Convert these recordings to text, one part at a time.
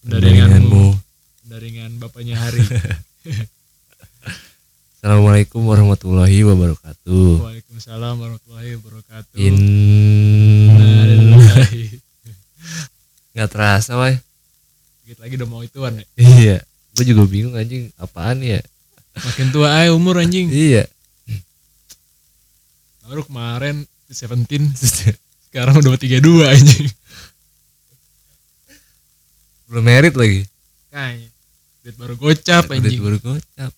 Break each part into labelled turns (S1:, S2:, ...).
S1: Pendaringanmu.
S2: daringan bapaknya hari
S1: Assalamualaikum warahmatullahi wabarakatuh.
S2: Waalaikumsalam warahmatullahi wabarakatuh
S1: In
S2: Innalillahi.
S1: nggak terasa wah.
S2: Dikit lagi udah mau ituan ya
S1: Iya. Gue juga bingung anjing apaan ya.
S2: makin tua aja umur anjing
S1: Iya.
S2: baru kemarin 17 sekarang udah 32 anjing
S1: Belum merit lagi.
S2: kayaknya duit baru gocap
S1: Udah
S2: anjing
S1: baru gocap.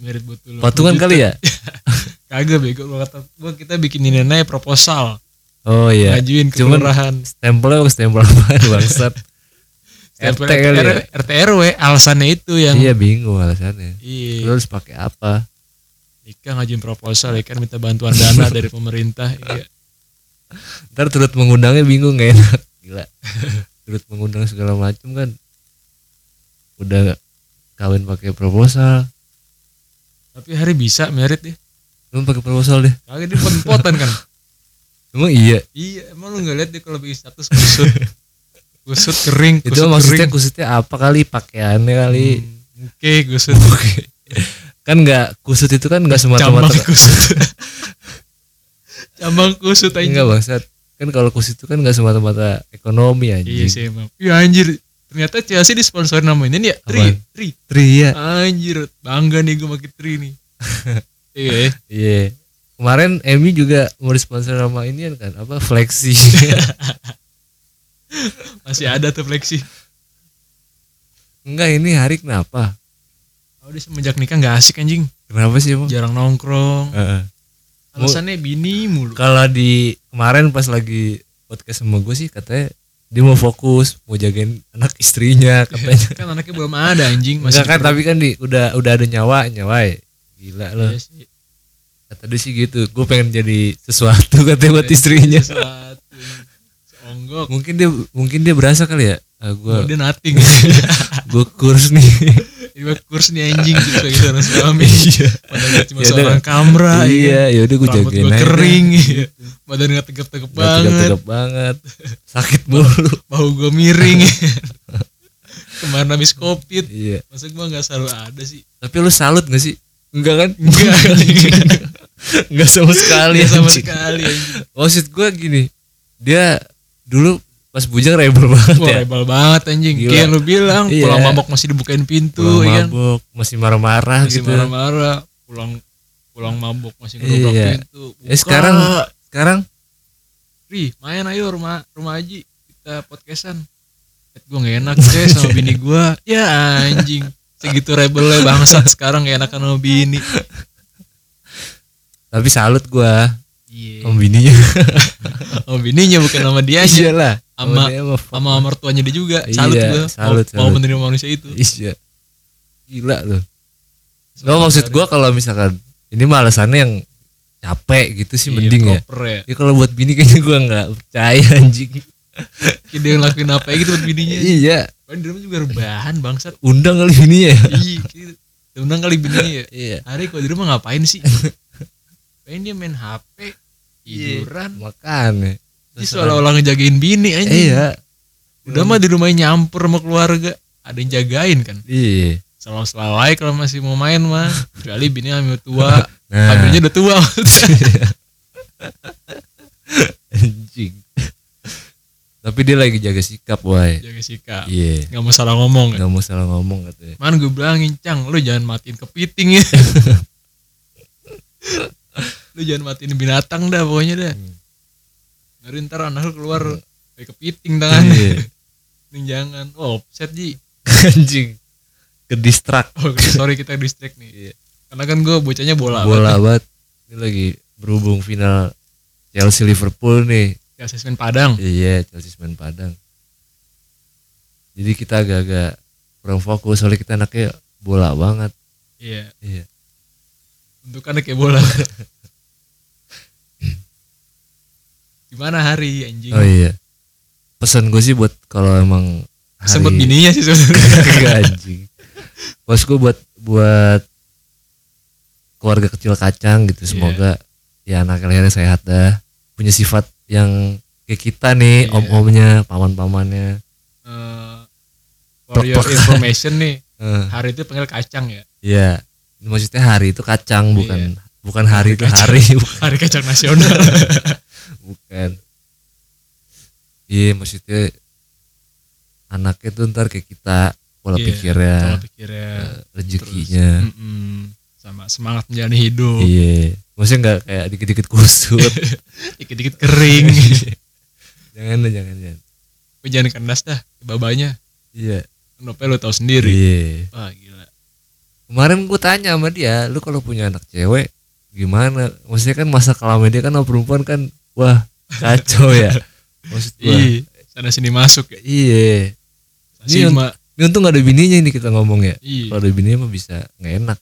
S2: merit butuh
S1: Patungan kali ya?
S2: kagak bego gua kata gua kita bikin ini aja proposal
S1: Oh iya.
S2: ngajuin ke
S1: Cuman-
S2: kelurahan
S1: Stempelnya apa stempel apaan bangsat? RT
S2: Stempel
S1: kali ya?
S2: R- RT RW alasannya itu yang
S1: Iya bingung alasannya.
S2: Iya.
S1: Lu harus pakai apa?
S2: Ika ngajuin proposal, Ika minta bantuan dana dari pemerintah. Iya.
S1: Ntar turut mengundangnya bingung gak enak. Gila. turut mengundang segala macam kan. Udah kawin pakai proposal.
S2: Tapi hari bisa merit ya.
S1: Lu pakai proposal deh.
S2: Kagak dia pot-potan kan.
S1: Emang iya.
S2: Iya, emang lu nggak lihat dia kalau bikin status kusut. Kusut kering,
S1: Itu
S2: kusut
S1: maksudnya
S2: kering.
S1: kusutnya apa kali? Pakaiannya kali.
S2: Hmm, Oke, kusut.
S1: Kan nggak kusut itu kan nggak semata-mata.
S2: Cabang kusut. Cabang kusut
S1: Enggak
S2: anjing.
S1: bangsat. Kan kalau kusut itu kan nggak semata-mata ekonomi anjing.
S2: Iya sih emang. Iya anjir. Ternyata Chelsea disponsori nama ini ya. Tri,
S1: Apaan?
S2: Tri.
S1: Tri, iya.
S2: Anjir, bangga nih gue pakai Tri nih. Iya, ya.
S1: Iya. Kemarin MU juga mau disponsor sama ini kan apa Flexi.
S2: masih ada tuh fleksi.
S1: Enggak ini hari kenapa?
S2: Oh, dia semenjak nikah nggak asik anjing.
S1: Kenapa sih emang?
S2: jarang nongkrong
S1: Heeh.
S2: alasannya bini mulu
S1: Kalau di kemarin pas lagi podcast sama gue sih katanya dia mau fokus, mau jagain anak istrinya katanya.
S2: kan anaknya belum ada anjing masih
S1: Enggak kan tapi kan di udah udah ada nyawa, nyawa ya. Gila
S2: perlu
S1: loh.
S2: ya sih,
S1: Kata dia sih gitu, gue pengen jadi sesuatu katanya
S2: Iya.
S1: buat istrinya.
S2: sesuatu seonggok
S1: Mungkin dia mungkin dia berasa kali ya. Ah, gue
S2: udah nothing
S1: gue kurs nih.
S2: ini mah kurs nih anjing gitu kayak gitu orang suami
S1: Iya.
S2: padahal dia cuma
S1: Yaudah.
S2: seorang kamera
S1: iya,
S2: ya kan.
S1: ya udah gue
S2: rambut
S1: jagain
S2: gue
S1: aja.
S2: kering iya. badan kan? gak tegap-tegap
S1: Gak
S2: banget
S1: tegap-tegap banget. Sakit mulu.
S2: bau gue miring kemarin habis covid
S1: iya.
S2: masa gue gak selalu ada sih
S1: Tapi lu salut gak sih? Enggak kan?
S2: Enggak, anjing.
S1: Enggak sama sekali.
S2: Iya, sama
S1: anjing.
S2: sekali anjing
S1: Maksud gue gini, dia dulu pas bujang rebel banget
S2: Wah,
S1: ya.
S2: rebel banget anjing
S1: Gila.
S2: kayak lu bilang
S1: Iya.
S2: pulang mabok masih
S1: Pulang
S2: dibukain pintu ya kan
S1: mabok, masih marah-marah
S2: masih
S1: gitu.
S2: marah-marah pulang pulang mabuk masih ngerobak
S1: Iya.
S2: pintu buka
S1: Eh sekarang sekarang
S2: Ri, main ayo rumah rumah Aji kita podcastan gue gak enak deh sama bini gue ya anjing segitu rebelnya bangsat sekarang gak enakan sama bini
S1: tapi salut gua
S2: iya
S1: sama bininya.
S2: sama bininya bukan sama dia aja
S1: Iyalah.
S2: Sama-
S1: dia mah fuck.
S2: sama mertuanya dia juga salut
S1: Iya,
S2: gue
S1: salut,
S2: mau, mau
S1: salut.
S2: menerima manusia itu
S1: Iya. Gila loh. Gak maksud
S2: Iya,
S1: gua kalau misalkan ini mah alasannya yang capek gitu sih
S2: Iya,
S1: mending ya.
S2: proper ya.
S1: Ya kalau buat bini kayaknya gua nggak percaya anjing.
S2: Kayak dia ngelakuin apa ya gitu buat bininya
S1: iya,
S2: Padahal di rumah juga rebahan bangsat
S1: undang kali bininya ya.
S2: iya gitu. Diundang kali bininya ya
S1: Iya.
S2: Hari kalau di rumah ngapain sih? Pengen dia main HP,
S1: Iya.
S2: tiduran,
S1: Makan. ya.
S2: terus Iya. seolah-olah ngejagain bini aja.
S1: Iya.
S2: Udah mah di rumahnya nyampur sama keluarga, ada yang jagain kan.
S1: Iya.
S2: Selalu selalu kalau masih mau main mah. Kecuali bini hamil tua,
S1: Nah.
S2: hamilnya udah tua.
S1: Anjing. Tapi dia lagi jaga sikap, wah.
S2: Jaga sikap.
S1: Iya.
S2: Gak mau salah ngomong. kan?
S1: Gak mau salah ngomong katanya.
S2: Man gue bilangin, Cang, lu jangan matiin kepiting ya. lu jangan matiin binatang dah pokoknya dah.
S1: Hmm.
S2: Ngeri ntar anak lu keluar kayak kepiting tangannya.
S1: Iya.
S2: Nih jangan. Oh, offset Ji.
S1: Anjing. Kedistrak.
S2: Oh, sorry kita distract nih. Karena kan gue bocahnya bola.
S1: Iya. Bola banget. Ini lagi berhubung final Chelsea Liverpool nih.
S2: Ya, asesmen Padang.
S1: Iya, Chelsea main Padang. Jadi kita agak-agak kurang fokus soalnya kita anaknya bola banget.
S2: Iya.
S1: Iya.
S2: Bentukannya kayak bola. Gimana hari anjing?
S1: Oh iya. Pesan gue sih buat kalau emang hari
S2: Sebut bininya sih sebenarnya.
S1: Enggak, anjing. Bos gue buat buat keluarga kecil kacang gitu semoga ya anak kalian sehat dah. Punya sifat yang kayak kita nih,
S2: Iya.
S1: om-omnya, paman-pamannya.
S2: Eh, for your information nih
S1: Eh,
S2: hari itu panggil kacang ya
S1: Iya. Maksudnya hari itu kacang bukan bukan hari itu
S2: Kacang.
S1: hari
S2: hari kacang nasional
S1: bukan. Iya maksudnya anaknya tuh ntar kayak kita pola
S2: Iya,
S1: pikirnya,
S2: sama pikirnya
S1: eh,
S2: terus,
S1: rezekinya.
S2: mm-mm, sama semangat menjalani hidup
S1: Iya. Maksudnya nggak kayak dikit-dikit kusut.
S2: dikit-dikit kering
S1: jangan lah, jangan jangan.
S2: Tapi jangan kandas dah babanya
S1: Iya.
S2: kenapa lo tahu sendiri
S1: Iya.
S2: wah gila
S1: Kemarin gue tanya sama dia, lu kalau punya anak cewek gimana? Maksudnya kan masa kelamnya dia kan sama perempuan kan, wah kacau ya. Maksud gue.
S2: Ih, sana sini masuk ya
S1: Iya. Iya.
S2: sih mak
S1: Ini untung gak ada bininya ini kita ngomong ya.
S2: iya
S1: Kalau ada bininya mah bisa nggak enak.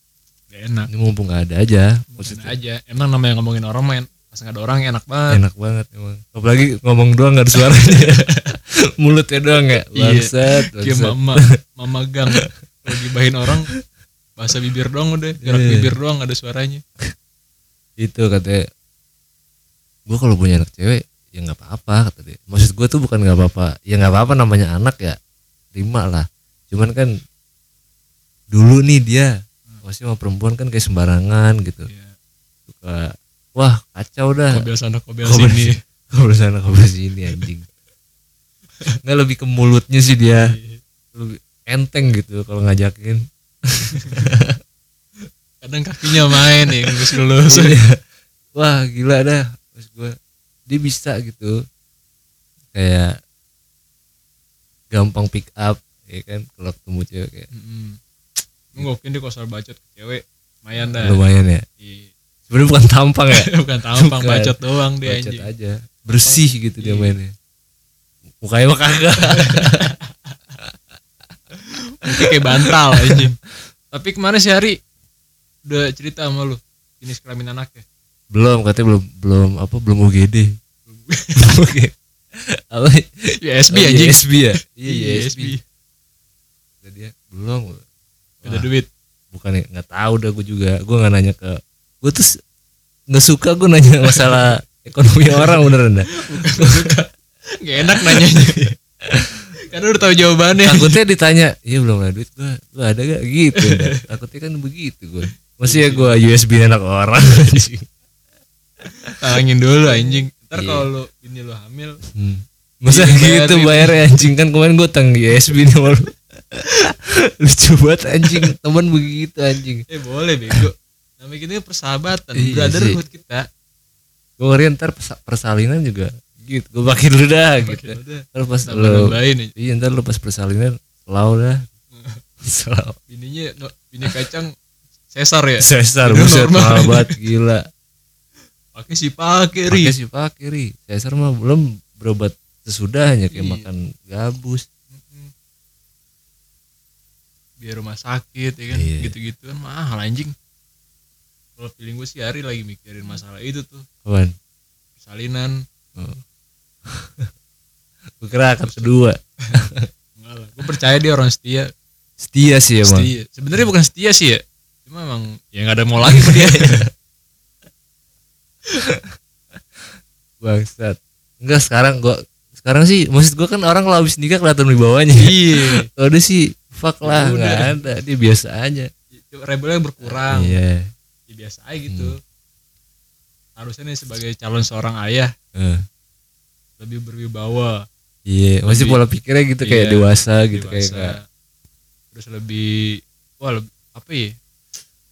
S2: gak enak
S1: Ini mumpung gak ada aja.
S2: Sana
S1: Maksudnya
S2: aja emang namanya ngomongin orang main pas nggak ada orang enak banget
S1: enak banget emang. Apalagi ngomong doang gak ada suaranya. Mulutnya doang ya.
S2: Iya.
S1: Bangsat,
S2: Kayak
S1: bangsat.
S2: mama, mama gang lagi bahin orang bahasa bibir doang udah, gerak
S1: Iya.
S2: bibir doang ada suaranya.
S1: itu katanya gue kalau punya anak cewek ya nggak apa-apa kata dia maksud gue tuh bukan nggak apa-apa ya nggak apa-apa namanya anak ya terima lah cuman kan dulu nih dia maksudnya sama perempuan kan kayak sembarangan gitu
S2: Iya.
S1: suka wah kacau dah
S2: Kobel sana kobel
S1: Kobel
S2: sini.
S1: kalau sana kalau sini anjing nggak lebih ke mulutnya sih dia
S2: Iya.
S1: lebih enteng gitu kalau ngajakin
S2: Kadang kakinya main ya lulus lulus.
S1: Iya. wah gila dah terus gue dia bisa gitu kayak gampang pick up ya kan kalau ketemu cewek kayak
S2: Mm. Gue yakin dia kalau soal bacot ke cewek lumayan dah.
S1: lumayan ya
S2: Iya.
S1: sebenarnya bukan tampang ya
S2: Bukan tampang
S1: Bukan.
S2: bacot doang dia
S1: bacot
S2: anjing.
S1: aja bersih gitu dia
S2: Iya.
S1: mainnya mukanya mah kagak
S2: Mungkin kayak bantal anjing. Tapi kemarin si Hari udah cerita sama lu jenis kelamin ya? anaknya.
S1: belum katanya belum belum apa belum UGD Oke. apa
S2: USB
S1: Oh,
S2: anjing.
S1: ISB ya iya
S2: USB.
S1: ISB Kata dia belum
S2: Ada duit.
S1: bukan nggak tahu dah gue juga gue nggak nanya ke gue tuh s- nggak suka gue nanya masalah ekonomi orang beneran dah
S2: Gak enak nanyanya. Karena udah tahu jawabannya.
S1: takutnya ditanya iya belum ada duit gue lu ada gak gitu dah. takutnya kan begitu gue masih ya gue USB anak orang
S2: Tawangin dulu anjing. Ntar
S1: Iya.
S2: kalau lu ini lu hamil,
S1: hmm. masa
S2: Iya,
S1: gitu bayarnya anjing kan kemarin gue tang USB nih malu lucu banget anjing teman begitu anjing
S2: eh boleh bego. Namanya kita persahabatan,
S1: Iya
S2: brotherhood kita.
S1: gue ngeri ntar pesa- persalinan juga gitu gue pakai dulu dah gitu
S2: Udah,
S1: Ntar pas
S2: tambah
S1: lu
S2: nambahin aja.
S1: Iya ntar lu pas persalinan ya. Selau dah Selau
S2: Bininya no- bini kacang sesar ya.
S1: Cesar
S2: Itu
S1: buset
S2: normal.
S1: mahal banget gila
S2: Pakai si pakai ri.
S1: Pakai si pakai ri Cesar mah belum berobat sesudahnya Kayak
S2: Iya.
S1: makan gabus
S2: Biar rumah sakit ya kan.
S1: Iya.
S2: Gitu-gitu kan mahal anjing. Kalau feeling gue sih hari lagi mikirin masalah itu tuh,
S1: Kawan
S2: persalinan.
S1: Gue kira akad kedua
S2: Enggak lah. Gue percaya dia orang setia.
S1: Setia sih emang
S2: Setia. Sebenarnya bukan setia sih ya. Cuma emang ya nggak ada mau lagi sama dia.
S1: Bangsat Enggak sekarang gua Sekarang sih Maksud gua kan orang kalau habis nikah kelihatan wibawanya
S2: Iya.
S1: Kalau dia sih Fuck lah
S2: Udah.
S1: nggak ada Dia biasa aja
S2: Rebelnya berkurang.
S1: Iya Hmm.
S2: Ya, biasa aja gitu. Harusnya nih sebagai calon seorang ayah
S1: Eh,
S2: lebih berwibawa,
S1: Iya, masih
S2: Lebih-
S1: pola pikirnya gitu kayak
S2: Iya,
S1: dewasa gitu kayak
S2: dewasa.
S1: nggak-
S2: Terus lebih wah lebih, apa ya?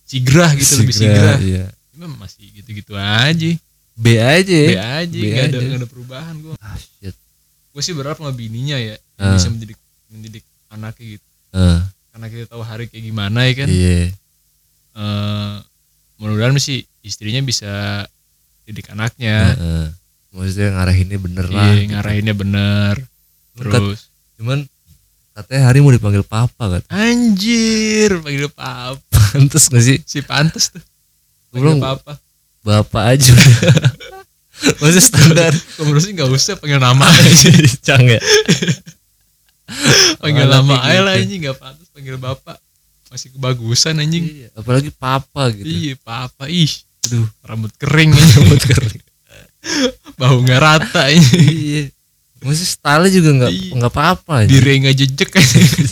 S2: Sigrah gitu lebih
S1: Segera,
S2: sigrah.
S1: Iya.
S2: Cuma masih gitu-gitu aja.
S1: B aja ya.
S2: Be aja,
S1: be
S2: nggak ada
S1: aja.
S2: nggak ada perubahan gua.
S1: Ah, shit.
S2: Gua sih berharap sama bininya ya yang
S1: Ah.
S2: bisa mendidik mendidik anaknya gitu.
S1: Ah,
S2: Karena kita tahu hari kayak gimana ya kan.
S1: Iya.
S2: Eh, mudah-mudahan sih istrinya bisa didik anaknya.
S1: Heeh. Eh, Maksudnya ngarahinnya bener lah.
S2: Kan?
S1: gitu.
S2: Iya, ngarahinnya bener. Terus
S1: Cuman katanya hari mau dipanggil papa kan.
S2: Anjir, panggil papa.
S1: Pantes gak sih?
S2: Si pantes tuh.
S1: Gua bilang
S2: Panggil papa.
S1: bapak aja. Maksudnya standar.
S2: Gua menurut sih enggak usah panggil nama.
S1: Cang ya.
S2: panggil
S1: Malah
S2: nama
S1: kayak
S2: aja
S1: gitu.
S2: lah anjing enggak pantas panggil bapak. Masih kebagusan anjing.
S1: Iya, Apalagi papa gitu.
S2: Iya, papa. Ih,
S1: Aduh,
S2: rambut kering anjing.
S1: rambut kering.
S2: Bau enggak rata anjing.
S1: Iya. Maksudnya style juga nggak
S2: Iya.
S1: nggak apa-apa. aja.
S2: Diri enggak jejek anjing.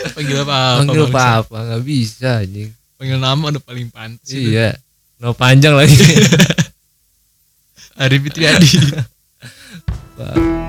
S2: panggil apa apa
S1: panggil
S2: bangsa?
S1: apa apa nggak bisa anjing
S2: panggil nama udah paling pantas itu.
S1: iya no panjang lagi
S2: Ari Fitriadi
S1: Pak.